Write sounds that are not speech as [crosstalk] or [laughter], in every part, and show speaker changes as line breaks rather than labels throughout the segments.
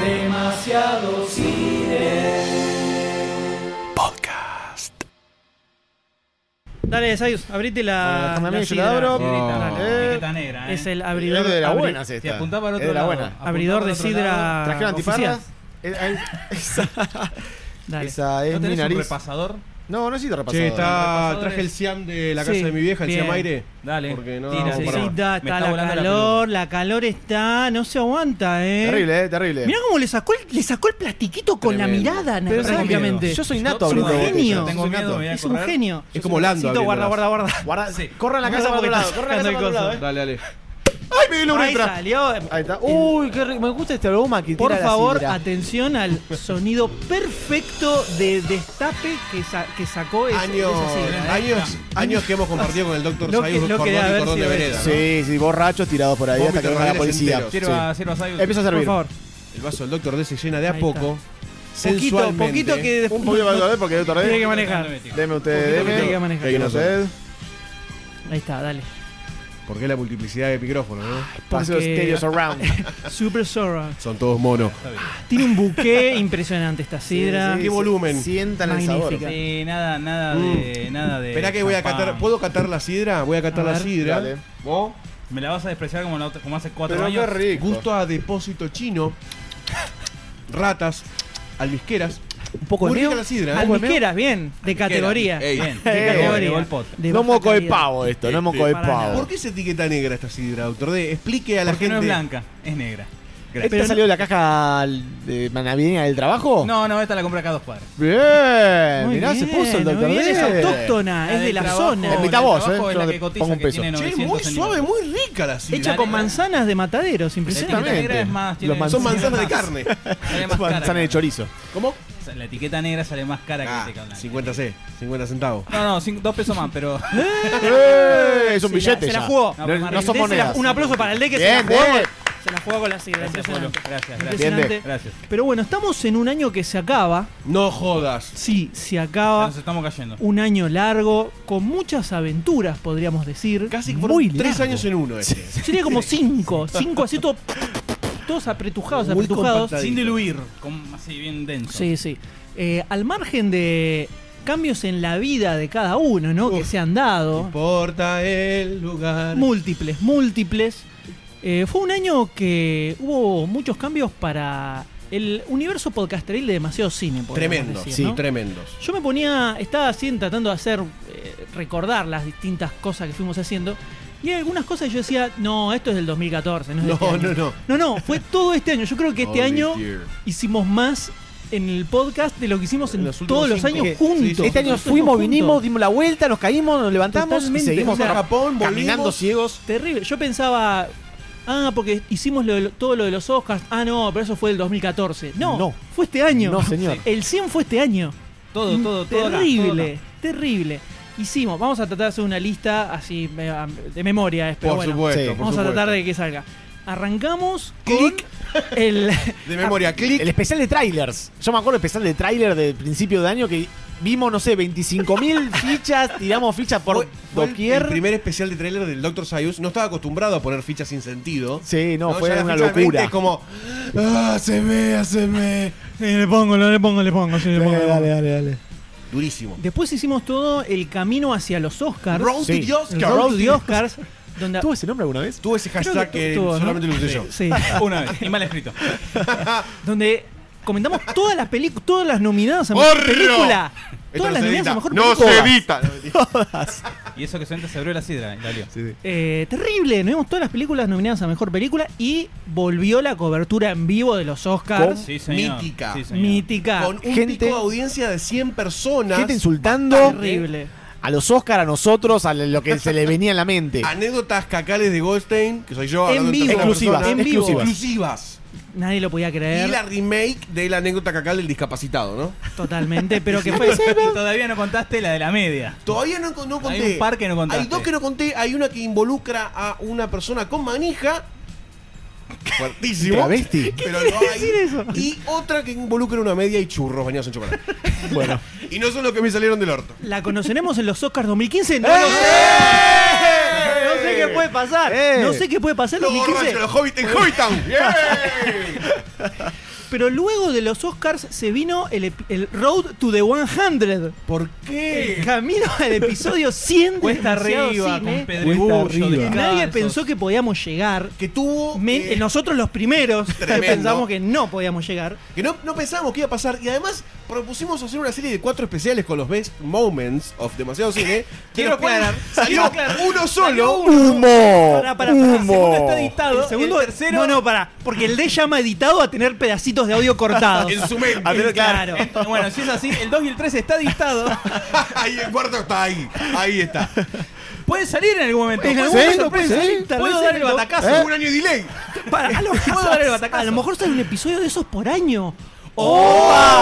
Demasiado
Dale, Sayus, abrite la.
Bueno, déjame a mí, yo la
sidra.
abro. Dale.
Etiqueta negra, ¿eh?
Es el
Es
abridor.
de las
abri-
buenas
Si
esta.
apuntaba para
Es
otro
de la
lado.
buena.
apuntaba
Abridor
para
de
otro
sidra.
lado.
¿Trajeron
Ah, oficial.
antiparras? Es-
[laughs]
ahí- esa,
Dale.
esa es
¿No
mi
tenés un
nariz.
repasador?
No, no he sido repasado.
Che, está,
Repasadores.
traje el Siam de la casa
Sí,
de mi vieja, el
bien.
Siam Aire.
Dale.
Porque no
Tira,
damos para
sí,
más.
Necesita,
Me
está
está
la
volando la
calor, la, calor está, no se aguanta, eh.
Terrible, eh, terrible.
Mirá cómo le sacó, el- le sacó el plastiquito con
Tremendo.
la mirada,
Pero ¿sabes qué?
prácticamente.
Yo soy
Yo
nato
soy un
abriendo botellas.
genio.
Yo
Tengo
soy
miedo,
nato.
mirá.
Es un
correr.
genio.
Es como Lando.
Necesito, guarda, guarda,
abriéndolas.
guarda.
Guarda,
Sí.
corre a la casa para otro lado. Corre a la casa para otro lado. eh.
Dale, dale.
¡Ay, me dio una
eh. Ahí
entrada!
salió.
Ahí está. Uy, qué rico. Me gusta este aroma que
Por
tira la
favor,
sidra.
atención al sonido perfecto de destape que, sa- que sacó ese,
Años,
esa sidra, eh.
años, años que hemos compartido con el Dr.
Lo que- lo
Sayus
que
Cordón
debe
y
haber
Cordón de
sido
Vereda. ¿no?
Sí, sí, borrachos tirados por ahí hasta que
Vómitos
venga la
reales
policía.
enteros.
Sirva, sirva, Sayus.
Sí. Empieza a
Por
servir.
favor.
El vaso del Dr. D se llena de a
Ahí
poco.
Poquito,
Sensualmente.
poquito que después
Un poquito
no-
para
no-
otro lado, porque yo
tiene que
tardé.
manejar.
Deme usted,
Poquito,
Eh, deme.
tiene que manejar.
Que no sé.
Ahí está, dale.
Porque la multiplicidad de micrófonos, ¿no?
Paseo
Porque-
Stereo
[laughs]
Surround.
[laughs] Super Sora.
Son todos monos.
Tiene un
[laughs]
buque impresionante esta sidra.
Sí,
Qué
sí,
volumen.
Sientan el
Magnífica.
sabor.
Sí, nada, nada de. Nada de.
Esperá que voy a
champán.
catar. ¿Puedo catar la sidra? Voy a catar
A
la
ver.
sidra.
Dale.
¿Vos?
Me la vas a despreciar como, la otra- como hace cuatro
Pero qué
años.
rico.
Gusto a depósito chino. Ratas. Albisqueras.
Un poco
Muy
de
rica
neo.
la sidra, ¿eh?
Almiqueras, bien. De
Queda.
categoría.
Ey, Bien.
De
Eh,
categoría.
llegó el podcast.
De
No
baja
moco de
calidad.
pavo esto, no moco de
Para nada.
pavo.
¿Por qué es etiqueta negra esta sidra, doctor D? Explique a la
Porque
gente.
no es blanca, es negra.
¿Esta salió de la caja de navideña del trabajo?
No, no, esta la compré acá a dos cuadras.
Bien,
Muy
eh. mirá, se
bien,
puso el
muy
doctor
bien,
D.
Es autóctona, Ah, es de la
trabajo-
zona.
la del
Invita vos,
trabajo
eh,
Es
yo
la
te
que cotiza,
pongo un
que tiene
peso.
Che,
900
muy suave,
centímetros.
muy rica la sidra.
Hecha con manzanas de mataderos,
Exactamente.
impresionante.
La negra es más, tiene-
Los manzanas-
Son manzanas de
Tiene más.
carne.
[laughs]
Sale más cara.
Manzana de chorizo.
¿Cómo?
La etiqueta negra sale más cara que la
Ah,
etiqueta blanca.
50 C, 50 centavos.
No, no, cinco- dos pesos más, pero.
¡Eh! Es
Se
un
la-
billete.
se la
ya.
jugó.
No,
No,
no son
Désela-
monedas.
Un aplauso para el de que se la
Bien,
jugó.
bien.
Se la jugó con la sidra.
Gracias, Polo.
impresionante.
Gracias, gracias.
Bien,
Impresionante.
Gracias.
Pero bueno, estamos en un año que se acaba.
No jodas.
Sí, se
Ya
acaba.
Nos estamos cayendo.
Ah. Un año largo, con muchas aventuras, podríamos decir.
Casi que
muy
fueron tres
largo.
años en uno. Este.
Sería como cinco. Cinco así todo- todos apretujados,
Muy
apretujados.
compactadito.
Sin diluir, como así bien denso.
Sí, sí. Eh, al margen de cambios en la vida de cada uno, ¿no? que
Uf.
se han
No
dado.
importa el lugar.
Múltiples, múltiples. Eh, fue un año que hubo muchos cambios para el universo podcasteril de demasiado cine. podríamos
Tremendo,
decir,
sí,
¿no?
tremendos.
Yo me ponía, estaba así tratando de hacer, eh, recordar las distintas cosas que fuimos haciendo. Y hay algunas cosas que yo decía, no, esto es del 2014. No, es de
No,
este año".
no, Oh, no.
No, no, fue todo este año. Yo creo que este
All
año
this year.
hicimos más en el podcast de lo que hicimos en,
En los últimos
todos los
cinco.
años juntos.
Sí,
Este año
Nosotros
fuimos,
juntos.
vinimos, dimos la vuelta, nos caímos, nos levantamos y
Totalmente.
seguimos
O sea,
cam-
Japón,
caminando
volvimos.
ciegos.
Terrible. Yo pensaba, ah, porque hicimos lo de- todo lo de los Oscars. Ah, no, pero eso fue del 2014. No,
No.
fue este año.
No, señor.
El 100 fue este año.
Todo, todo, todo. acá,
Terrible,
todo acá.
terrible. Hicimos, vamos a tratar de hacer una lista así me- am- de memoria, espero.
Por
bueno,
supuesto,
sí.
por
vamos a tratar
supuesto.
de que salga. Arrancamos
Clic.
con
[laughs]
el [laughs]
De memoria, clic.
El especial de trailers. Yo me acuerdo el especial de trailer de principio de año que vimos, no sé, 25.000 fichas, tiramos fichas por
Fue- fue el- El
doquier.
primer especial de trailer del Dr. Sayus. No estaba acostumbrado a poner fichas sin sentido.
Sí, no,
Ya
fue
la
una
ficha de 20
locura.
Es como. ¡Ah, se ve, se ve!
le pongo, le pongo, le pongo, le pongo.
dale, dale.
Durísimo.
Después hicimos todo el camino hacia los Oscars.
Road
Sí.
to the
el
Oscar.
Road to the Oscars, donde
¿Tuvo ese nombre alguna vez?
Tuve ese hashtag
que
que,
tuvo, ¿no?
solamente lo usé yo.
Sí,
[laughs]
Una vez, y mal escrito.
donde comentamos todas las películas, todas las nominadas a
¡Horror!
mejor película.
Esto
Todas
no
las
se
nominadas
edita.
a mejor
No
película.
se [laughs] edita.
Y eso que solamente se abrió la sidra, eh, la lió.
Eh, terrible, nos vimos todas las películas nominadas a mejor película y volvió la cobertura en vivo de los Oscars.
Sí, señor.
Mítica.
Sí, señor.
Mítica.
Con un
Gente-
pico de audiencia de 100 personas.
Gente insultando eh?
Terrible.
a los Oscar, a nosotros, a lo que se le venía en la
[laughs]
mente.
Anécdotas cacales de Goldstein, que soy yo.
En
hablando
vivo.
tercera
Exclusivas,
persona.
en vivo.
Exclusivas.
Nadie lo podía
Y
creer
la remake de la anécdota cacal del discapacitado, ¿no?
totalmente, pero que fue
Todavía no contaste la de la media.
Todavía no, no conté.
Hay un par que no contaste.
Hay dos que no conté. Hay una que involucra a una persona con manija. Fuertísimo.
Travesti.
Pero no hay.
decir eso?
Y otra que involucra una media y churros bañados en chocolate.
Bueno.
Y no son los que me salieron del orto.
la conoceremos en los Oscars 2015. No, lo sé. No sé qué puede puede pasar.
Eh.
No sé qué puede pasar. Lo
Los
que quise-
borrachos, los hobbits en Hobbitown. ¡Bien!
Pero luego de los Oscars se vino el, ep- el Road to the 100.
¿Por qué?
El camino al episodio 100 de
Cuesta
Demasiado
arriba,
Cine,
con pedregullo.
Cuesta
que
arriba.
nadie pensó que podíamos llegar.
Que tuvo.
Men-
eh,
nosotros los primeros que
Tremendo.
pensamos que no podíamos llegar.
Que no, no pensábamos que iba a pasar. Y además propusimos hacer una serie de cuatro especiales con los best moments of demasiado cine.
Quiero
de los cuales
aclarar,
Salió
quiero aclarar.
uno solo.
¡Humo!
Pará, pará, pará.
El segundo está
¡Humo!
editado.
el segundo,
el tercero.
no, no, para, porque el D llama editado a tener pedacitos de audio [laughs] cortados.
[laughs] En su mente.
A ver,
Claro.
claro.
Ent- Bueno, si es así, el 2 y el 3 está dictado.
[laughs] ahí el cuarto está ahí. Ahí está.
Puede salir en algún momento.
En
puede
algún
ser
momento
sorpresa.
puede salir, tal
Puedo
vez
dar
en
el
el do- [laughs]
batacazo.
Un año de delay.
Para, a, lo mejor,
Puedo dar el batacazo.
a lo mejor sale un episodio de esos por año.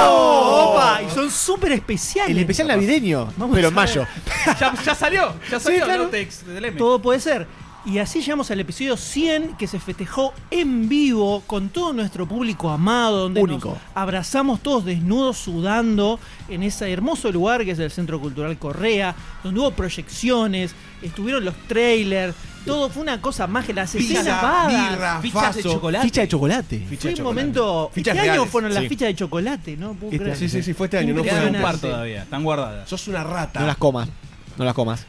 ¡Opa! Y son súper especiales.
El especial navideño,
Vamos
pero
a
en mayo.
Ya, ya salió. Ya salió.
claro.
no te ex- del M.
Todo puede ser. Y así llegamos al episodio 100 que se festejó en vivo con todo nuestro público amado, donde
Único.
nos abrazamos todos desnudos, sudando, en ese hermoso lugar que es el Centro Cultural Correa, donde hubo proyecciones, estuvieron los trailers, todo fue una cosa mágica, las escenas vagas.
birra,
Fichas de
faso.
chocolate.
Ficha de chocolate.
Ficha
Fue
de
un
chocolate.
momento.
Fichas
este año
reales.
fueron las
Sí.
fichas de chocolate, ¿no? Puedo
Este-
creer.
Sí, sí, sí, fue este año, no
Te
fue
quedan
un
un par
Impresionante.
todavía. Están guardadas.
Sos una rata.
No las comas. No las comas.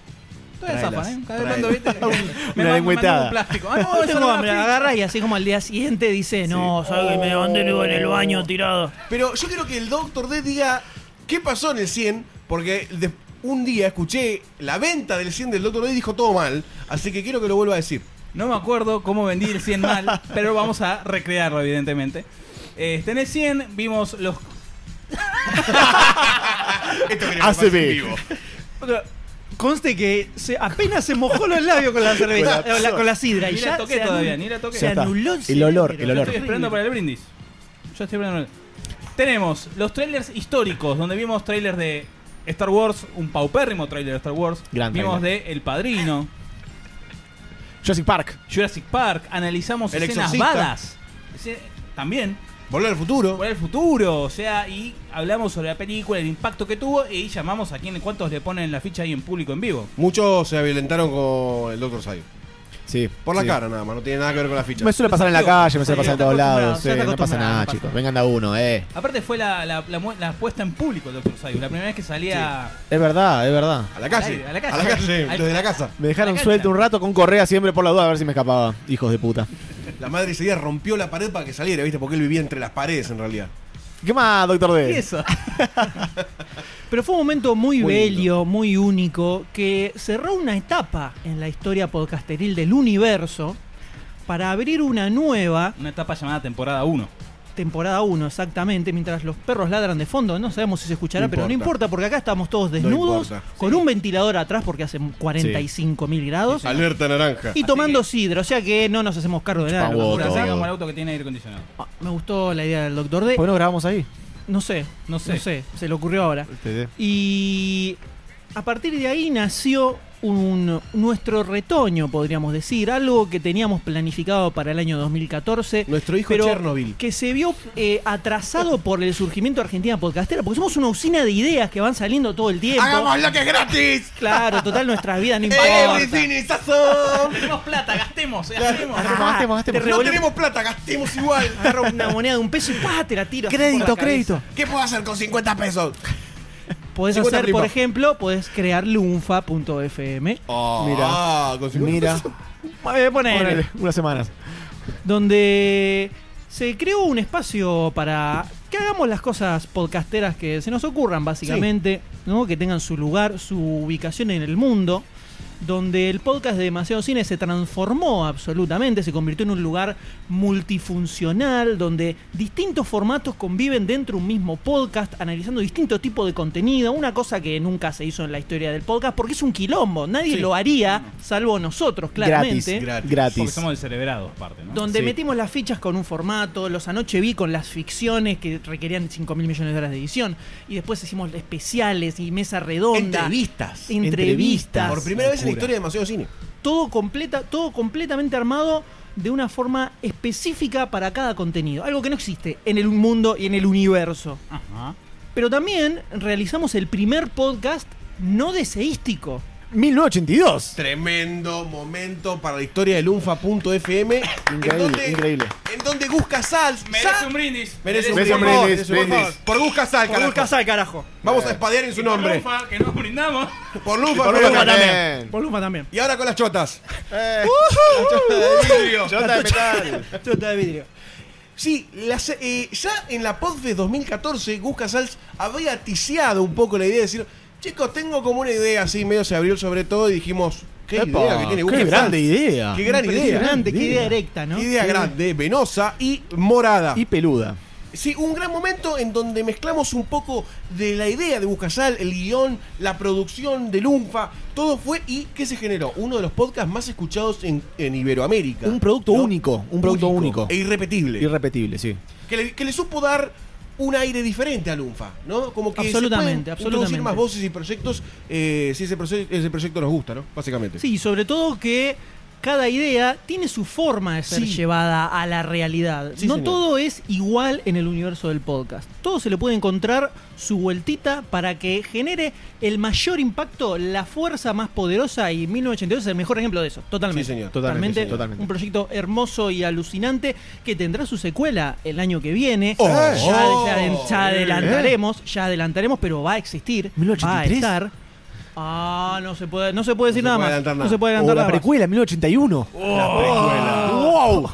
Todavía
Tráelas,
zafan, ¿eh? Cada vez
tráelas.
mando, ¿viste? Me
Una
mandan-
lengüetada.
mandan un plástico. Ah, no,
No,
eso
tengo
no
hambre,
era-
la agarra y así como al día siguiente dice, no, sabes que me levanté luego en el baño tirado.
Pero yo quiero que el Doctor D diga qué pasó en el 100, porque de- un día escuché la venta del 100 del Doctor D y dijo todo mal, así que quiero que lo vuelva a decir.
No me acuerdo cómo vendí el 100 mal, pero vamos a recrearlo, evidentemente. Este, en el 100 vimos los
Esto
que pase en vivo.
Conste que se, apenas se mojó los labios con la cerveza,
Colapsó.
eh, la- con la sidra. Y
Ni la
ya
toqué
se anu-
todavía, ni la toqué.
Se
Ya está.
anuló
El
cerebro.
olor, el
Yo
olor.
Estoy esperando para el brindis. Yo estoy esperando para el- Tenemos los trailers históricos, donde vimos trailers de Star Wars, un paupérrimo trailer de Star Wars.
Gran
vimos de El Padrino,
Jurassic Park.
Jurassic Park, analizamos
El
escenas
Exorcista.
vagas. Ese- También,
Volver al futuro.
por el futuro, o sea, y hablamos sobre la película, el impacto que tuvo, y llamamos a quienes cuántos le ponen la ficha ahí en público en vivo.
Muchos se violentaron con el Doctor Sayo.
Sí.
Por la
sí.
cara nada más, no tiene nada que ver con la ficha.
Me suele pasar en la calle, me suele
Sí,
pasar en
está
todos lados.
acostumbrado,
sí,
está
no pasa
acostumbrado,
nada,
pasa.
chicos. Vengan de a uno, eh.
Aparte fue la, la, la mu- la puesta en público del Dr. Sayo, la primera vez que salía...
Es verdad, es verdad.
A la calle.
A la calle.
A la calle,
Al-
desde la casa.
Me
La
dejaron
cancha.
suelto un rato con correa siempre por la duda a ver si me escapaba. Hijos de puta.
La madre ese día rompió la pared para que saliera, ¿viste? Porque él vivía entre las paredes en realidad.
¿Qué más, doctor D?
¿Qué es eso?
[laughs] Pero fue un momento muy,
Muy lindo.
bello, muy único, que cerró una etapa en la historia podcasteril del universo para abrir una nueva,
Una etapa llamada temporada 1.
temporada 1 exactamente, mientras los perros ladran de fondo. No sabemos si se escuchará,
No
pero no
importa.
importa, porque acá estamos todos
importa.
desnudos,
Sí.
con un ventilador atrás porque hace 45 mil grados,
Alerta naranja.
y tomando sidra, o sea que no nos hacemos cargo de nada.
Chupa huevo.
Una
Otro.
saga como el auto que tiene aire acondicionado.
Ah, Me gustó la idea del Doctor D.
¿Por qué Pues no grabamos ahí?
No sé,
No sé.
no sé, se le ocurrió ahora.
Este
Y a partir de ahí nació un, nuestro retoño, podríamos decir, algo que teníamos planificado para el año 2014.
Nuestro hijo
pero
Chernobyl.
Que se vio eh, atrasado por el surgimiento de Argentina Podcastera, porque somos una usina de ideas que van saliendo todo el tiempo.
¡Hagamos lo que es gratis!
Claro, total, nuestras vidas
[laughs]
no
Eh,
importan.
¡Everything is awesome!
Tenemos plata, gastemos, gastemos.
Ah,
Gastemos, gastemos,
te
gastemos.
No
revolvemos
tenemos plata, gastemos igual.
una moneda de un peso y ¡pá! te la tiro.
Crédito,
por la cabeza.
crédito.
¿Qué puedo hacer con 50 pesos?
Podés
50
hacer,
prima.
por ejemplo, podés crear lunfa.fm.
Mira, Ah, con 50
Mira.
pesos.
Eh, ponele.
Órale, unas semanas.
donde se creó un espacio para que hagamos las cosas podcasteras que se nos ocurran, básicamente, ¿no? que tengan su lugar, su ubicación en el mundo, donde el podcast de Demasiado Cine se transformó absolutamente, se convirtió en un lugar multifuncional, donde distintos formatos conviven dentro de un mismo podcast, analizando distintos tipos de contenido, una cosa que nunca se hizo en la historia del podcast, porque es un quilombo, nadie
Sí.
lo haría, salvo nosotros, claramente.
Gratis,
Gratis.
gratis.
Porque somos el cerebrados, parte, ¿no?
Donde
Sí.
metimos las fichas con un formato, los anoche vi con las ficciones que requerían 5 mil millones de horas de edición, y después hicimos especiales y mesa redonda,
Entrevistas.
entrevistas,
Por primera vez en la
Locura.
historia de demasiado cine.
todo, completa, todo completamente armado de una forma específica para cada contenido, algo que no existe en el mundo y en el universo.
Ajá.
Pero también realizamos el primer podcast no deseístico.
1982.
Tremendo momento para la historia del unfa.fm. en
Increíble,
donde,
increíble.
En donde Gus Casals.
Merece un brindis.
Merece un
Merece un
brindis, por favor,
brindis,
por favor.
brindis.
Por Gus Casals,
Por
carajo.
un casal, carajo.
Vamos a espadear en su
Por
nombre.
Lufa, que nos brindamos.
Por Lufa,
Por
por
Lufa
Lufa.
también.
Por Lufa
[laughs]
también.
Y ahora con las chotas.
Chota de metal.
Chota de vidrio.
Sí, las, eh, ya en la Podfest 2014, Gus Casals había aticiado un poco la idea de decir, chicos, tengo como una idea así, medio se abrió sobre todo y dijimos, qué
Epa,
idea que tiene Gus
qué
Casals.
grande idea.
Qué gran idea.
Impresionante, qué idea directa, ¿no?
Qué idea grande, venosa y morada.
Y peluda.
Sí, un gran momento en donde mezclamos un poco de la idea de Buscasal, el guión, la producción de Lunfa, todo fue y ¿qué se generó? Uno de los podcasts más escuchados en, en Iberoamérica.
Un producto
¿no?
único, un producto único.
E irrepetible.
Irrepetible, sí.
que, le, que le supo dar un aire diferente a Lunfa, ¿no? Como que se
Absolutamente,
pueden introducir
absolutamente.
más voces y proyectos eh, si ese, proce- ese proyecto nos gusta, ¿no? Básicamente.
Sí, y sobre todo que cada idea tiene su forma de ser
Sí.
llevada a la realidad.
Sí,
no
señor.
todo es igual en el universo del podcast. Todo se le puede encontrar su vueltita para que genere el mayor impacto, la fuerza más poderosa y 1982 es el mejor ejemplo de eso. Totalmente.
Sí, señor.
Totalmente, señor. Totalmente.
Un proyecto hermoso y alucinante que tendrá su secuela el año que viene.
Oh.
Ya- ya,
Oh.
ya adelantaremos, ya adelantaremos, pero va a existir. Va a
1983.
estar. Ah, no se puede, no se puede decir
se
nada
puede
más.
adelantar
No
nada.
se puede
O
adelantar
la
nada más.
precuela, 1981.
Oh.
¡Wow!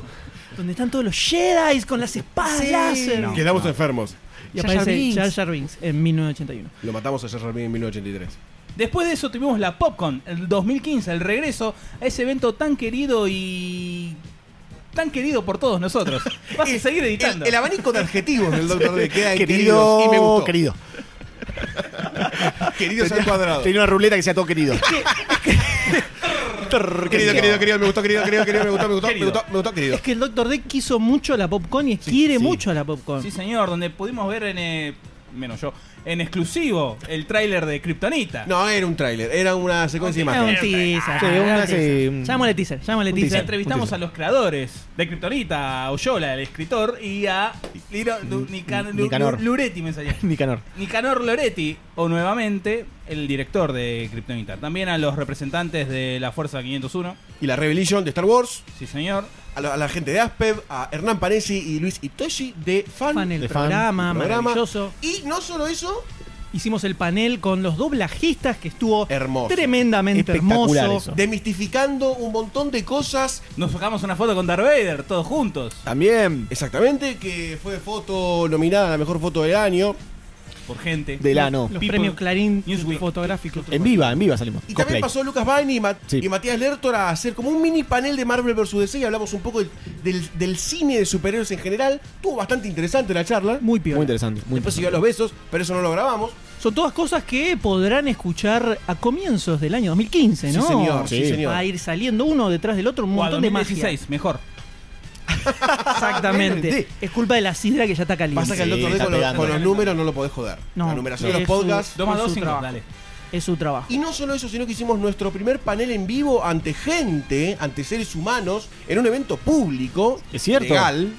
Donde están todos los Jedi con las espadas láser.
No.
Quedamos enfermos.
Y
Jar Jar
aparece
Binks.
Jar Jar Binks en 1981.
Lo matamos a Jerry Lee en 1983.
Después de eso tuvimos la PopCon, el 2015, el regreso a ese evento tan querido y tan querido por todos
[laughs]
nosotros. Vas a seguir editando.
El, el abanico de adjetivos del Dr.
[laughs]
D queda en queridos
Querido,
y me gustó.
querido.
Queridos al cuadrado.
Tenía una ruleta que sea todo
[laughs]
querido. Trrr,
Querido, querido, querido, me gustó, querido, querido, querido, me gustó, me gustó, me gustó, me gustó, querido.
Es que el Dr. D quiso mucho a la popcorn y quiere mucho a la popcorn.
Sí, señor, donde pudimos ver en eh, menos yo, en exclusivo el tráiler de Kryptonita.
No, era un tráiler, era una secuencia de
Era un
imágenes.
teaser.
Sí,
era
una-
un teaser.
sí, un-
Llámale teaser, llámale
un
Y
teaser.
se
teaser.
entrevistamos a los creadores de Kryptonita, a Oyola, el escritor, y a Liro- Lu- Nican- Lu-
Nicanor.
Lu- Luretti, me
[laughs]
salía.
Nicanor.
Nicanor Loretti, o nuevamente el director de Kryptonita. También a los representantes de la Fuerza 501,
Y la Rebellion de Star Wars,
sí señor.
a la, a la gente de Aspev, a Hernán Panesi y Luis Itoshi de Fan.
Fan el
de fan,
programa,
el programa.
maravilloso.
Y no solo eso,
Hicimos el panel con los doblajistas que estuvo
Hermoso.
tremendamente
Espectacular
hermoso.
eso.
demistificando un montón de cosas.
Nos sacamos una foto con Darth Vader, todos juntos.
También
Exactamente, que fue foto nominada a la mejor foto del año.
Por gente.
del ano.
Los
People,
premios Clarín
Newsweek.
fotográficos.
En viva, en viva salimos.
Y
Cosplay.
también pasó Lucas Bain y, Ma-
Sí.
y Matías Lertor a hacer como un mini panel de Marvel vs. DC y hablamos un poco del, del- del cine de superhéroes en general. Tuvo bastante interesante la charla.
Muy piola.
Muy interesante. Muy
Después siguió a los besos, pero eso no lo grabamos.
Son todas cosas que podrán escuchar a comienzos del año 2015, ¿no?
Sí, señor, sí,
Sí.
señor.
Va a ir saliendo uno detrás del otro un
O a
montón de magia.
2016, mejor.
[laughs] Exactamente.
Sí.
es culpa de la sidra que ya está caliente.
Pasa que el
Sí,
otro día
está
con, los-
pegando.
con los números no lo podés joder.
No,
la numeración de
es
los podcasts.
su-
2 más
Fue
2,
su
5,
trabajo.
dale.
Es su trabajo.
Y no solo eso, sino que hicimos nuestro primer panel en vivo ante gente, ante seres humanos, en un evento público.
Es cierto.
Legal.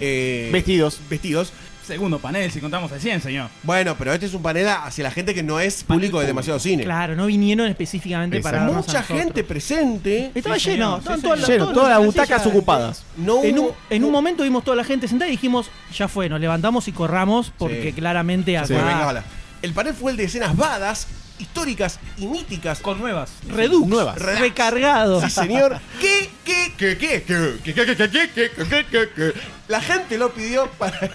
eh,
Vestidos.
Vestidos.
Segundo panel, si contamos el 100, señor.
Bueno, pero este es un panel hacia la gente que no es público de demasiado cine.
Claro, no vinieron específicamente para
Exacto.
vernos a
Mucha
nosotros.
gente presente.
Estaba
Sí,
lleno.
señor,
estaban
sí,
todas las-
Lleno,
todas
todas las
sillas
butacas ocupadas.
No hubo-
En un, en un momento vimos toda la gente sentada y dijimos, ya fue, nos levantamos y corramos porque
Sí.
claramente acá
Sí, venga, hola. El panel fue el de escenas badas, históricas y míticas.
Con nuevas.
Redux,
Nuevas.
recargado. [laughs]
[laughs] Sí, señor. ¿Qué, qué, qué, qué, qué, qué, qué, qué, qué, qué, qué, qué, qué, qué? La gente lo pidió para. [laughs]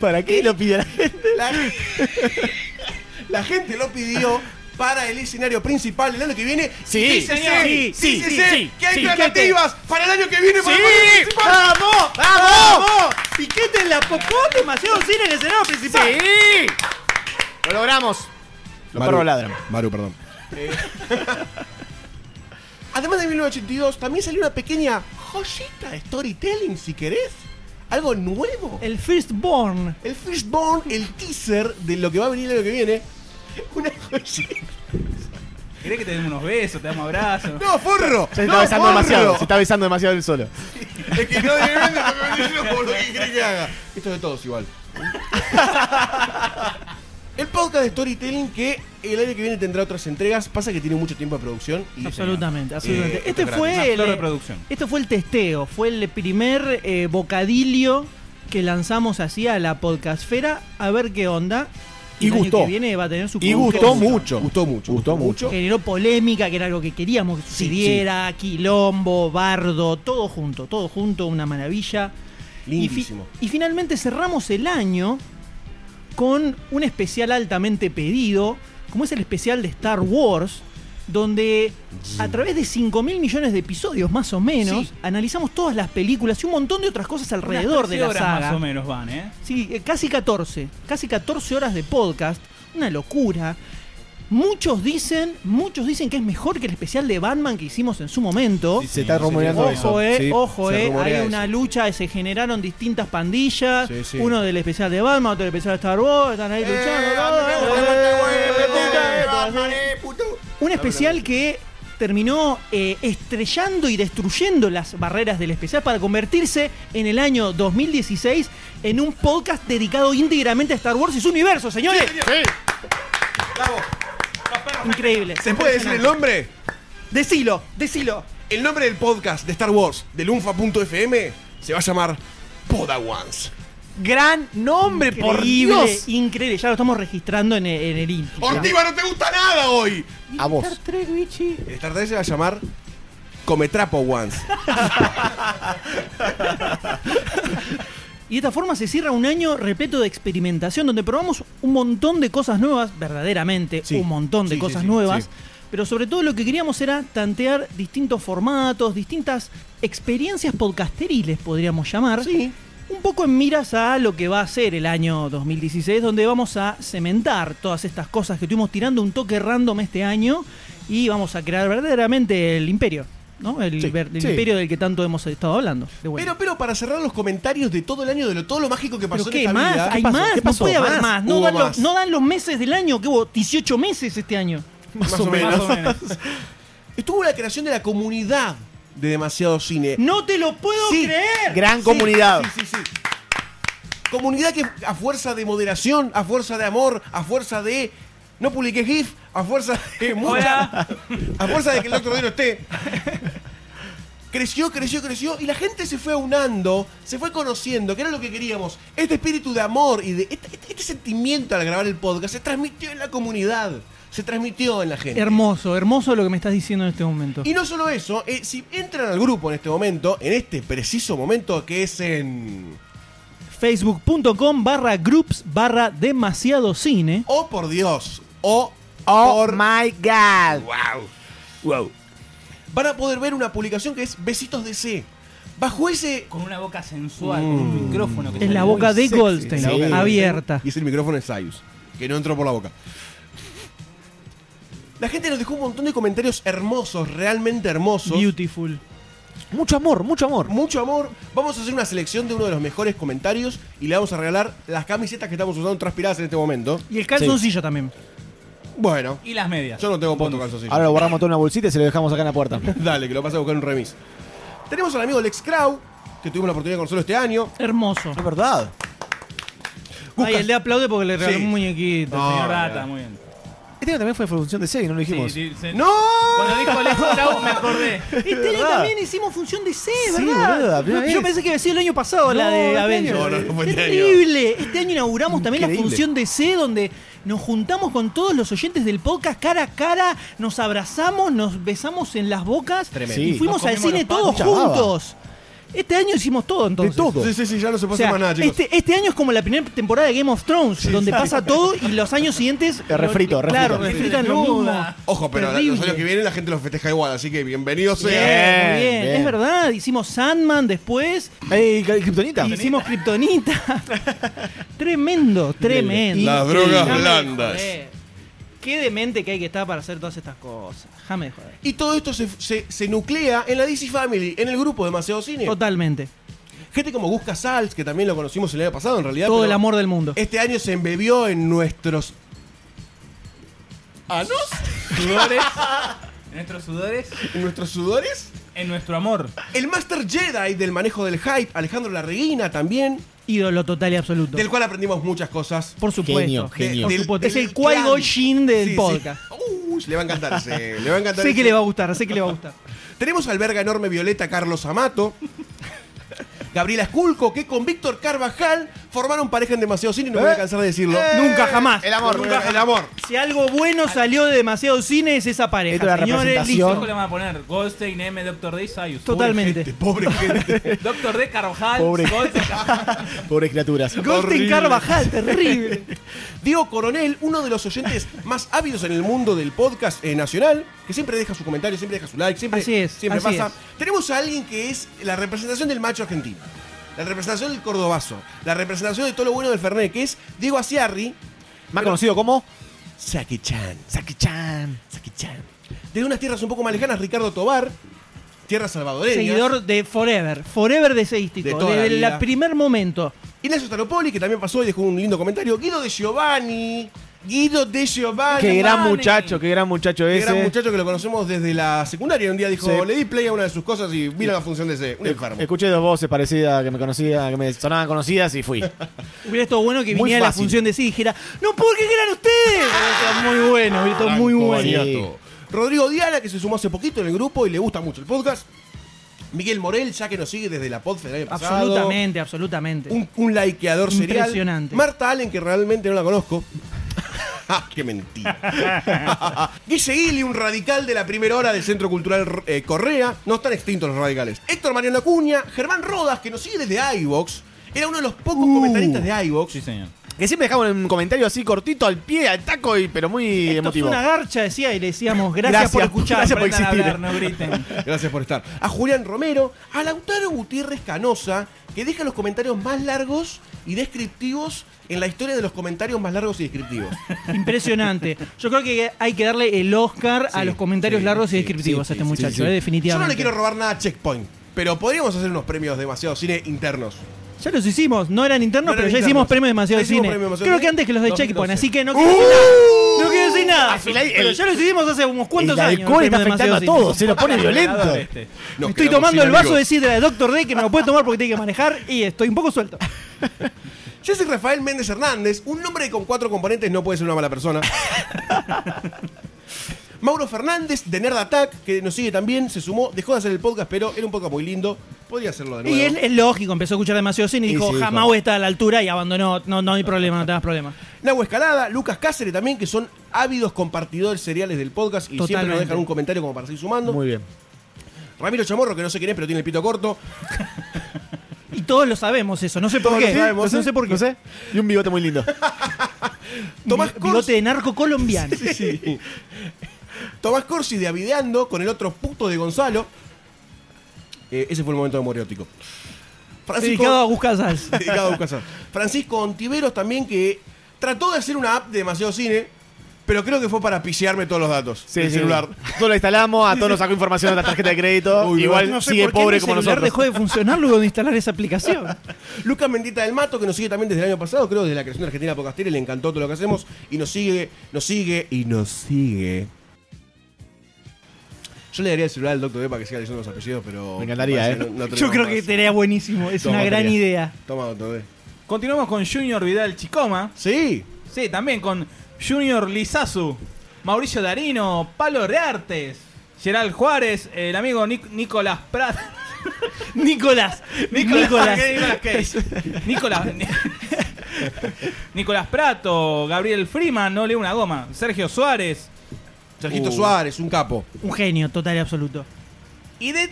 ¿Para qué lo pide la gente?
La, la gente lo pidió para el escenario principal el año que viene.
Sí,
Dícese,
señor. Sí, sí,
dícese
sí, sí,
que hay
sí.
alternativas para el año que viene para el panel principal.
[laughs] ¡Vamos! ¡Vamos!
Piquete en la popón, demasiado cine en el escenario principal.
¡Sí! Lo logramos. Los perros ladran.
Maru, perdón. Además de 1982, también salió una pequeña joyita de storytelling, si querés. Algo nuevo.
El Firstborn.
El Fishbone, el teaser de lo que va a venir el año que viene. Una joyita.
[laughs]
¿Querés que te demos unos besos, te damos abrazos?
No, forro.
Se está
no,
besando
forro.
demasiado. Se está besando demasiado él solo.
Es que no debe vender lo que vende yo, por lo que cree que haga. Esto es de todos igual. El podcast de storytelling que el año que viene tendrá otras entregas. Pasa que tiene mucho tiempo de producción. Y
Absolutamente,
Eh,
absolutamente.
esto
este
es
Una
fue
flor
eh?
de
el,
producción.
esto fue el testeo, fue el primer eh, bocadillo que lanzamos así a la podcastfera a ver qué onda.
Y
el año
gustó.
que viene va a tener su
Y
producción.
gustó mucho.
Gustó mucho.
Gustó
Generó polémica, que era algo que queríamos que
Sí,
sucediera, quilombo, bardo, todo junto, todo junto, una maravilla. Y, fi-
Lindísimo.
y finalmente cerramos el año con un especial altamente pedido, como es el especial de Star Wars, donde a través de 5 mil millones de episodios más o menos,
Sí.
analizamos todas las películas y un montón de otras cosas alrededor
Unas
de
13
la
horas Más o
saga.
menos van, ¿eh?
Sí, eh, casi 14, casi 14 horas de podcast, una locura. Muchos dicen, muchos dicen que es mejor que el especial de Batman que hicimos en su momento.
Se está rumoreando
Ojo,
eso.
Ojo, eh,
sí.
ojo,
se
eh,
rumorea
hay una
eso.
lucha, se generaron distintas pandillas,
Sí, sí.
uno del especial de Batman, otro del especial de Star Wars, están ahí luchando. todo, eh, eh, un especial que terminó eh, estrellando y destruyendo las barreras del especial para convertirse en el año 2016 en un podcast dedicado íntegramente a Star Wars y su universo, señores. Increíble.
¿Se puede decir el nombre?
Decilo, decilo.
El nombre del podcast de Star Wars de lunfa.fm se va a llamar Podawans.
Gran nombre, por
Increíble,
Dios.
increíble. Ya lo estamos registrando en el, en el Inti.
¡Ortiva, no te gusta nada hoy!
A vos.
El Star Trek se va a llamar Cometrapo Ones.
Y de esta forma se cierra un año repleto de experimentación, donde probamos un montón de cosas nuevas, verdaderamente,
Sí.
un montón de
Sí, sí,
cosas
sí,
nuevas.
sí.
Pero sobre todo lo que queríamos era tantear distintos formatos, distintas experiencias podcasteriles, podríamos llamar.
Sí.
Un poco en miras a lo que va a ser el año 2016, donde vamos a cementar todas estas cosas que estuvimos tirando un toque random este año y vamos a crear verdaderamente el imperio, ¿no? El,
Sí,
ver- el
sí.
imperio del que tanto hemos estado hablando. de vuelta.
Pero, pero para cerrar los comentarios de todo el año, de lo, todo lo mágico que pasó
¿Pero qué
en esta
más?
vida.
¿Hay
pasó?
más?
¿Qué
No
pasó?
puede haber
Más.
más. No
Hubo
dan, los-
más.
no dan los meses del año, que hubo 18 meses este año.
Más o
Más o
menos.
menos.
Estuvo la creación de la comunidad de demasiado cine.
No te lo puedo
Sí,
creer.
Gran
Sí,
comunidad.
Sí, sí, sí. Comunidad que a fuerza de moderación, a fuerza de amor, a fuerza de. No publiqué GIF, a fuerza de.
Hola.
A fuerza de que el doctor Dino esté. Creció, creció, creció y la gente se fue aunando, se fue conociendo, que era lo que queríamos. Este espíritu de amor y de este, este- este sentimiento al grabar el podcast se transmitió en la comunidad, se transmitió en la gente.
Hermoso, hermoso lo que me estás diciendo en este momento.
Y no solo eso, eh, si entran al grupo en este momento, en este preciso momento que es en...
Facebook.com barra groups barra demasiado cine.
Oh, por Dios. Oh,
Oh
por...
my God.
Wow.
Wow.
Van a poder ver una publicación que es Besitos DC. Bajo ese...
Con una boca sensual, con
Mm.
un micrófono. que
Es Oh. la
sale
boca
muy
de
sexy.
Goldstein,
la boca de
abierta.
Y es el micrófono de Sayus, que no entró por la boca. La gente nos dejó un montón de comentarios hermosos, realmente hermosos.
Beautiful.
Mucho amor, mucho amor.
Mucho amor. Vamos a hacer una selección de uno de los mejores comentarios y le vamos a regalar las camisetas que estamos usando transpiradas en este momento.
Y el calzoncillo también.
Bueno,
Y las medias.
yo no tengo puesto
Bonus.
calzoncillo.
Ahora lo guardamos todo en una bolsita y se lo dejamos acá en la puerta.
Dale, que lo vas a buscar en un remis. Tenemos al amigo Lex Crow, que tuvimos la oportunidad de conocerlo este año.
Hermoso.
Es verdad.
Ay,
Buscas-
el de aplaude porque le regaló
Sí.
un muñequito.
No,
Señor
no,
Data,
no.
muy bien.
Este año también fue función de serie, no lo
Sí,
dijimos.
sí, sí.
¡No!
Cuando dijo Alex Grau, me acordé.
Este año
¿Verdad?
también hicimos función de C,
Sí,
¿verdad?
boludo, la primera
Yo
vez.
pensé que había sido el año pasado la
No,
de
este
Avengers.
año. No, no, no fue este año.
Terrible. Este año inauguramos también la
Increíble.
función de C, donde nos juntamos con todos los oyentes del podcast cara a cara, nos abrazamos, nos besamos en las bocas
Tremendo.
y
Sí.
fuimos
Nos
al
comimos
cine
los patos.
todos
Mucha baba.
juntos. Este año hicimos todo entonces.
todo.
Sí, sí, sí, ya no se
O
pasa
sea,
más nada, chicos.
este, este año es como la primera temporada de Game of Thrones, donde pasa todo y los años siguientes.
Te refrito, refrito.
Claro, refritan lo mismo.
Desnuda.
Ojo, pero la- los
Terrible.
años que vienen la gente los festeja igual, así que bienvenidos
Bien,
sean.
muy bien.
Bien.
es verdad. Hicimos Sandman después,
Ey, Kryptonita.
y hicimos Kryptonita. tremendo, tremendo.
Las
Increíble.
drogas
Déjame de
blandas.
joder. Qué demente que hay que estar para hacer todas estas cosas. Déjame de joder.
Y todo esto se, se- se nuclea en la DC Family, en el grupo Demasiado Cine.
Totalmente.
Gente como Busca Salz, que también lo conocimos el año pasado, en realidad.
Todo
pero
el amor del mundo.
Este año se embebió en nuestros. ¿Anos?
Sudores. En nuestros sudores.
¿En nuestros sudores?
En nuestro amor.
El Master Jedi del manejo del hype, Alejandro Larreguina también.
ídolo total y absoluto.
Del cual aprendimos muchas cosas.
Por supuesto. De-
Genio, genio.
por
Del-
supuesto. Es
del
el Kwai
clan.
Jin del
Sí, sí.
podcast.
Uy, le va a encantar ese. le va a encantar
Sé
ese.
que le va a gustar, sé que le va a gustar.
Tenemos al verga enorme Violeta Carlos Amato. Gabriela Esculco, que con Víctor Carvajal formaron pareja en demasiado cine, no me voy a cansar de decirlo.
Nunca jamás.
Eh, El amor.
Nunca Eh, el amor.
Si algo bueno salió de demasiado cine es esa pareja.
Esto es la
señores,
representación.
listo.
¿Cómo le van a poner? Goldstein, M, Doctor D, Sayus.
Totalmente.
Pobre gente.
[laughs] Doctor D, Carvajal,
Pobre.
Goldstein, Carvajal.
[laughs] Pobres criaturas.
Golden Carvajal,
[laughs]
terrible.
Diego Coronel, uno de los oyentes más ávidos en el mundo del podcast eh, nacional, que siempre deja su comentario, siempre deja su like, siempre,
Así es,
siempre
así
pasa. Tenemos a alguien que es la representación del macho argentino, la representación del cordobazo, la representación de todo lo bueno del Fernet, que es Diego Aciarri,
Más conocido como
Saki Chan.
Saki-chan.
Saki Chan. De unas tierras un poco más lejanas, Ricardo Tobar, tierra salvadoreña.
Seguidor de Forever. Forever de
De
Seístico.
toda la
Desde
vida.
el primer momento.
Ignacio Staropoli, que también pasó y dejó un lindo comentario. Guido de Giovanni. Guido de Giovanni.
Qué gran
Giovanni.
muchacho, qué gran muchacho
Qué
ese.
gran muchacho que lo conocemos desde la secundaria. Un día dijo,
Sí.
le di play a una de sus cosas y mira la función de ese. Un
Eh,
enfermo.
Escuché dos voces parecidas que me conocía, que me sonaban conocidas [laughs] y fui.
Hubiera estado bueno que
Muy
viniera a la
fácil.
función de sí y dijera, no puedo creer que eran ustedes. Hubiera estado muy bueno, hubiera estado muy
Franco
bueno.
Bariato. Rodrigo Diana, que se sumó hace poquito en el grupo y le gusta mucho el podcast. Miguel Morel, ya que nos sigue desde la podfe del año pasado.
Absolutamente, absolutamente.
Un, un likeador serial.
Impresionante.
Marta Allen, que realmente no la conozco. [laughs] Ah, ¡Qué mentira! Guille Guili, un radical de la primera hora del Centro Cultural eh, Correa. No están extintos los radicales. Héctor Mariano Acuña, Germán Rodas, que nos sigue desde iVox. Era uno de los pocos comentaristas de iVox.
Sí, señor.
Que siempre dejaba un comentario así cortito al pie, al taco, y, pero muy
Esto
emotivo.
fue una garcha, decía, y le decíamos, gracias, por escuchar.
gracias por
Aprendan a
existir.
hablar, no
[laughs]
griten.
Gracias por estar. A Julián Romero, a Lautaro Gutiérrez Canosa, que deja los comentarios más largos y descriptivos en la historia de los comentarios más largos y descriptivos. [laughs]
Impresionante. Yo creo que hay que darle el Oscar a
Sí,
los comentarios
sí,
largos
sí,
y descriptivos a
sí,
este
sí,
muchacho,
sí.
eh,
Yo
definitivamente.
no le quiero robar nada a Checkpoint, pero podríamos hacer unos premios demasiado cine internos.
Ya los hicimos, no eran internos,
No eran
pero ya
internos.
hicimos premios demasiado
Ya hicimos
cine.
premios demasiado
creo
cine.
que antes que los de
2012.
Checkpoint, así que no quiero decir nada. No quiero decir nada. Pero ya los hicimos hace unos cuantos
el
años.
alcohol
los
está
premios
afectando a
demasiado
todos,
cine.
se lo pone violento.
Ganador este.
Nos
Estoy
quedamos
tomando
sin
el vaso
amigos.
de sidra de Doctor D que me lo puede tomar porque tiene que manejar y estoy un poco suelto.
Yo soy Rafael Méndez Hernández, un nombre con cuatro componentes no puede ser una
[laughs]
mala persona. Mauro Fernández de Nerd Attack, que nos sigue también, se sumó, dejó de hacer el podcast, pero era un podcast muy lindo. Podría hacerlo de nuevo.
Y él es lógico, empezó a escuchar demasiado cine y
Y
dijo,
sí, dijo.
jamás voy a estar a la altura y abandonó. No, no hay problema, no tengas problema.
Nahuel Escalada, Lucas Cáceres también, que son ávidos compartidores seriales del podcast y siempre nos
Totalmente.
dejan un comentario como para seguir sumando.
Muy bien.
Ramiro Chamorro, que no sé quién es, pero tiene el pito corto.
Y todos lo sabemos eso, no sé por
Todos
qué.
lo sabemos,
no sé,
¿eh?
no sé por qué.
No sé. Y un bigote muy lindo.
Tomás
Bi- bigote
Corsi,
de narco colombiano.
Tomás Corsi de Avideando con el otro puto de Gonzalo. Eh, ese fue el momento demoriótico. Francisco,
Dedicado a Buscasas.
[laughs] dedicado a Buscazar. Francisco Ontiveros también, que trató de hacer una app de demasiado cine, pero creo que fue para pisearme todos los datos
Sí,
del
sí.
celular.
Todos lo instalamos, a todos nos sacó información de la tarjeta de crédito.
Uy,
Igual
No sé
sigue
por qué
pobre
mi
como
celular
nosotros.
dejó de funcionar luego de instalar esa aplicación.
Lucas Mendita del Mato, que nos sigue también desde el año pasado, creo, desde la creación de Argentina Podcastera, y le encantó todo lo que hacemos, y nos sigue, nos sigue, y nos sigue. Yo le daría el celular al doctor D para que siga leyendo los apellidos, pero...
Me encantaría,
parece
¿eh?
no- no tenemos
Yo creo
más.
que sería buenísimo, es
Toma,
una gran
Matías.
idea.
Toma, doctor E. D.
Continuamos con Junior Vidal Chicoma.
Sí.
Sí, también con Junior Lizazu, Mauricio Darino, Palo Reartes, Gerald Juárez, el amigo Nic- Nicolás Prat.
Nicolás,
Nicolás.
Nicolás.
¿qué? Nicolás, ¿qué? [laughs] Nicolás. Nicolás Prato, Gabriel Freeman, no leo una goma. Sergio Suárez.
Sergito
Uh.
Suárez, un capo.
Un genio total y absoluto.
Y de.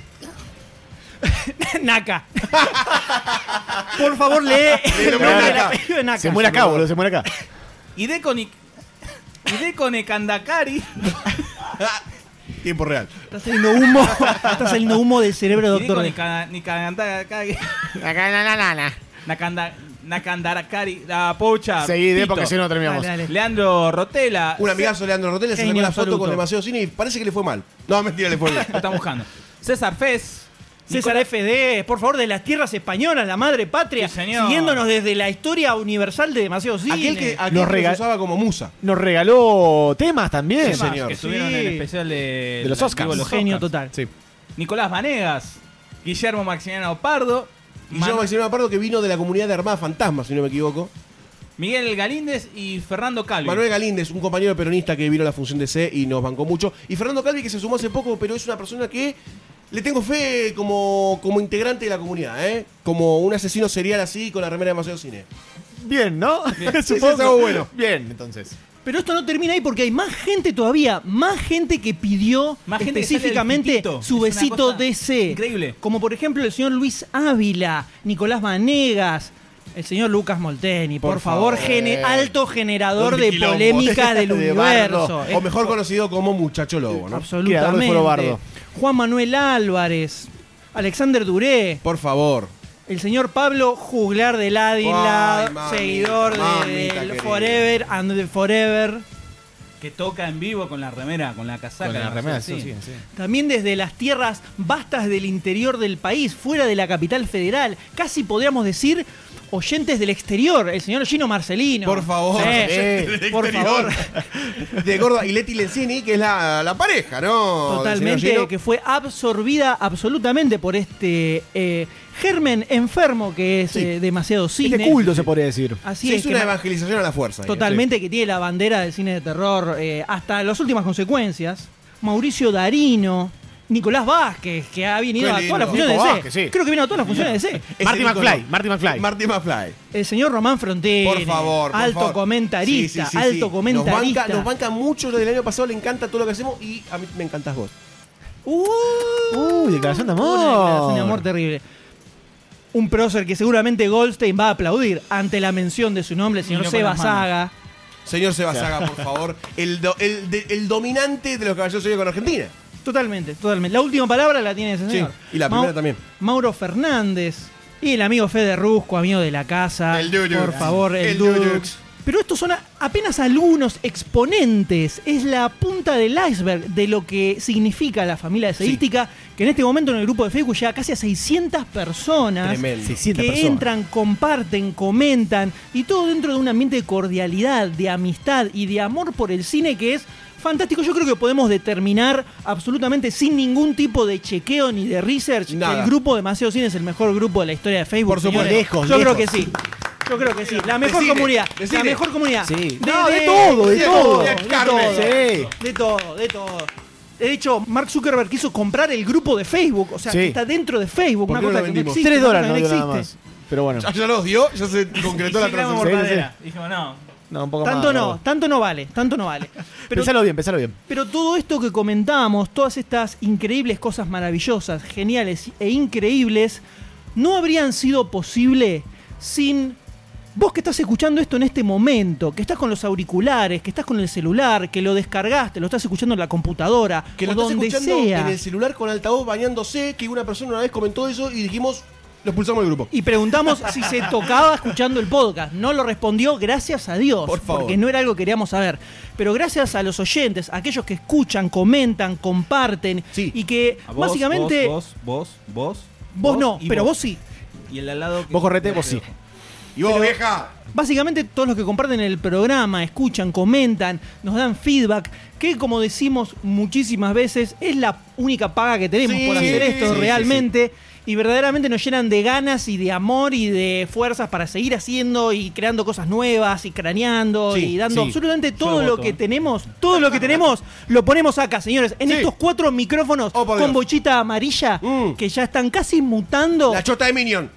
[laughs] Naka. Por favor, lee. [laughs] el nombre del apellido de Naka.
Se muere acá, boludo, se muere acá.
Y de con. Y de con
[laughs]
Ekandakari.
Tiempo real.
Está saliendo humo. Está saliendo humo del cerebro de
Y de
Doctor
con
D.
Eka- Nikandakari. Nakanda- Nakandarakari. La pocha.
Seguí de
Tito,
porque si no terminamos.
Ah, Dale, dale.
Leandro Rotela.
Un amigazo, Leandro Rotella, se sacó
Genio
la foto
absoluto.
con demasiado cine y parece que le fue mal. No, mentira, le fue bien.
Lo están buscando. César Fez.
César FD, por favor, de las tierras españolas, la madre patria,
Sí, señor.
siguiéndonos desde la historia universal de demasiado cine.
Aquel que, aquel
Los
que
rega-
se usaba como musa.
Nos regaló temas también.
Sí,
Temas
señor.
Que estuvieron
Sí.
en el especial de,
De los
la-
Oscars.
digo,
un
los
genio
Oscars.
total.
Sí.
Nicolás Vanegas. Guillermo Maximiliano Pardo.
Y yo,
Manu-
Maximiliano Pardo, que vino de la comunidad de Armada Fantasma, si no me equivoco.
Miguel Galíndez y Fernando Calvi.
Manuel Galíndez, un compañero peronista que vino a la función de C y nos bancó mucho. Y Fernando Calvi, que se sumó hace poco, pero es una persona que le tengo fe como, como integrante de la comunidad, ¿eh? Como un asesino serial así con la remera de Maceo Cine.
Bien, ¿no? [laughs]
Sí, sí, es algo bueno.
Bien, entonces.
Pero esto no termina ahí porque hay más gente todavía, más gente que pidió
Más gente que sale del
específicamente
pitito.
su
Es una
besito
cosa
DC.
increíble.
Como por ejemplo el señor Luis Ávila, Nicolás Manegas, el señor Lucas Molteni. Por,
Por
favor,
favor.
gene- alto generador
Un
de
quilombo.
[laughs]
polémica del
De bardo.
universo.
O
Es-
mejor conocido como Muchacho Lobo,
Creador
¿no?
de
Absolutamente.
Foro Bardo.
Juan Manuel Álvarez, Alexander Duré,
Por favor.
el señor Pablo Juglar del
Ay,
Ádila,
mamita,
seguidor de-
mamita
del
querida.
Forever and the Forever.
Que toca en vivo con la remera, con la casaca.
Con la
no sé,
remera,
sí.
sí, sí, sí.
También desde las tierras vastas del interior del país, fuera de la capital federal, casi podríamos decir oyentes del exterior, el señor Gino Marcelino.
Por favor.
Sí,
Eh,
Oyentes
sí, por favor.
De Gorda y Leti Lencini, que es la, la pareja, ¿no? Del señor
Totalmente,
Gino.
que fue absorbida absolutamente por este eh, germen enfermo que es
Sí.
eh, demasiado cine.
Este culto se podría decir.
Así
Sí,
es.
es una
que ma-
evangelización a la fuerza. digamos.
Totalmente que tiene la bandera del cine de terror eh, hasta las últimas consecuencias. Mauricio Darino, Nicolás Vázquez, que ha venido
Qué
a
lindo.
todas las funciones
Nico
de C.
Vázquez, sí.
Creo que vino a todas las funciones de C.
Es
Marty
el ícono.
McFly, Marty McFly.
Marty McFly.
El señor Román Frontini.
Por favor, por
Alto
favor.
comentarista,
Sí, sí, sí, sí.
alto
Nos banca,
comentarista.
nos banca mucho lo del año pasado, le encanta todo lo que hacemos y a mí me encantas vos.
Uh,
Uy, declaración de amor.
Una declaración de amor terrible. Un prócer que seguramente Goldstein va a aplaudir ante la mención de su nombre, el señor
Miró con
Seba
las manos.
Saga.
Señor Sebasaga, por favor, el, do- el, de- el dominante de los caballeros de con Argentina.
Totalmente, totalmente. La última palabra la tiene ese
Sí,
señor.
y la primera también.
Mauro Fernández y el amigo Fede Rusco, amigo de la casa.
El Dudux.
Por favor, el,
El
Dudux.
Dudux.
Pero estos son a- apenas algunos exponentes. Es la punta del iceberg de lo que significa la familia de Seística, que en este momento en el grupo de Facebook ya casi a 600 personas
Tremendo.
600
que
personas.
entran, comparten, comentan y todo dentro de un ambiente de cordialidad, de amistad y de amor por el cine que es fantástico. Yo creo que podemos determinar absolutamente sin ningún tipo de chequeo ni de research que
Nada.
el grupo Demasiado Cine es el mejor grupo de la historia de Facebook.
Por supuesto.
señores.
Lejos,
Yo
lejos.
creo que sí. Yo creo que sí. La mejor
cine,
comunidad.
de
La
cine.
mejor comunidad.
Sí. No, de todo, de todo.
De
Carmen,
todo.
sí.
De todo, de todo. De hecho, Mark Zuckerberg quiso comprar el grupo de Facebook, o sea,
Sí.
que está dentro de Facebook,
¿Por
una
qué no
cosa
lo
que no
vendimos?
existe,
Tres
una cosa
dólares no
que
dio
no
nada
existe.
más. Pero bueno.
Ya, ya los dio, ya se concretó la
Y llegamos
transacción.
por
Sí, sí,
madera. Dijimos, no.
No, un poco más.
Tanto no,
Gordo.
tanto no vale, tanto no
[laughs]
vale. Pero,
Pensalo bien, pensalo bien.
pero todo esto que comentábamos, todas estas increíbles cosas maravillosas, geniales e increíbles, no habrían sido posible sin vos que estás escuchando esto en este momento, que estás con los auriculares, que estás con el celular, que lo descargaste, lo estás escuchando en la computadora, o
Que lo estás
donde
escuchando
sea.
en el celular con altavoz bañándose, que una persona una vez comentó eso y dijimos, lo expulsamos del grupo.
Y preguntamos si se tocaba escuchando el podcast. No lo respondió, gracias a Dios.
Por favor.
Porque no era algo que queríamos saber. Pero gracias a los oyentes, a aquellos que escuchan, comentan, comparten.
Sí.
Y que
A vos,
básicamente. Vos,
Vos, vos, vos.
no,
y
pero vos sí.
Y el al lado. que-
Vos correte, vos sí.
Y vos, vieja,
Básicamente todos los que comparten el programa, escuchan, comentan, nos dan feedback, que como decimos muchísimas veces, es la única paga que tenemos
Sí,
por hacer esto
sí, sí,
realmente. Y verdaderamente nos llenan de ganas y de amor y de fuerzas para seguir haciendo y creando cosas nuevas y craneando
Sí,
y dando
sí.
absolutamente todo
voto,
lo que
eh.
tenemos, todo lo que tenemos, lo ponemos acá, señores, en
Sí.
estos cuatro micrófonos
Oh, por
con
Dios.
bochita amarilla
Mm.
que ya están casi mutando
la chota de Minion.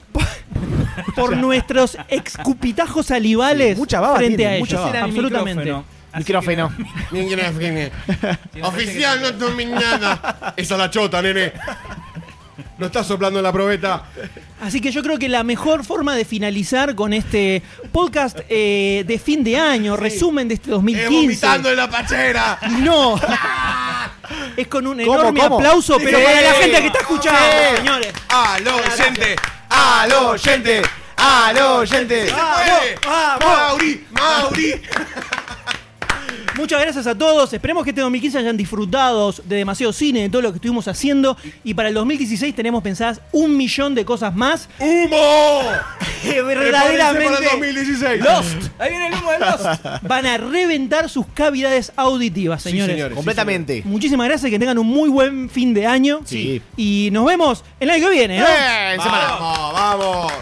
por
[laughs]
nuestros excupitajos salivales
Sí, mucha baba
frente
tiene,
a ellos.
mucha baba.
Será mi
Absolutamente.
micrófono. Así
[laughs] Micrófono.
Oficial
[laughs]
no dominada. Esa es la chota, nene. No está soplando en la probeta.
Así que yo creo que la mejor forma de finalizar con este podcast eh, de fin de año, resumen de este
Eh,
2015.
vomitando en la pachera. [laughs]
no. es con un
¿Cómo,
enorme
cómo?
aplauso,
Sí,
pero
sí.
para la gente que está escuchando,
Sí.
señores.
¡Al oyente! ¡Al oyente! ¡Al oyente! ¡Se
¡Vamos,
puede!
vamos!
¡Mauri! ¡Mauri!
Muchas gracias a todos. Esperemos que este 2015 hayan disfrutado de demasiado cine, de todo lo que estuvimos haciendo. Y para el 2016 tenemos pensadas un millón de cosas más. [laughs] Eh,
¡Humo!
Que
Prepárense para el
verdaderamente
2016.
Lost. Ahí viene el humo de [laughs] Lost.
van a reventar sus cavidades auditivas,
Sí,
señores.
señores.
Completamente.
Muchísimas gracias, que tengan un muy buen fin de año.
Sí.
Y nos vemos el año que viene, ¿no?
¡Eh!
¡Bien! Semana.
¡Vamos, vamos!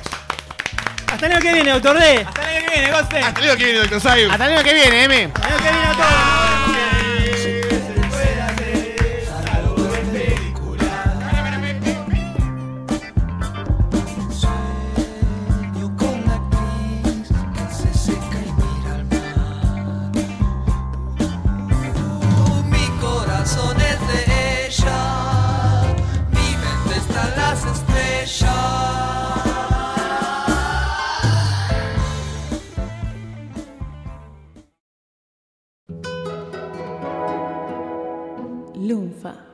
Hasta el año que viene, doctor D.
Hasta el año que viene, Goldstein.
Hasta luego que viene, doctor Sayo.
Hasta el año que viene, M.
Hasta el año que viene a todos.
Sueño con la actriz que se seca y mira al mar. Tú, mi corazón es de ella, mi mente está en las estrellas.
Lunfa.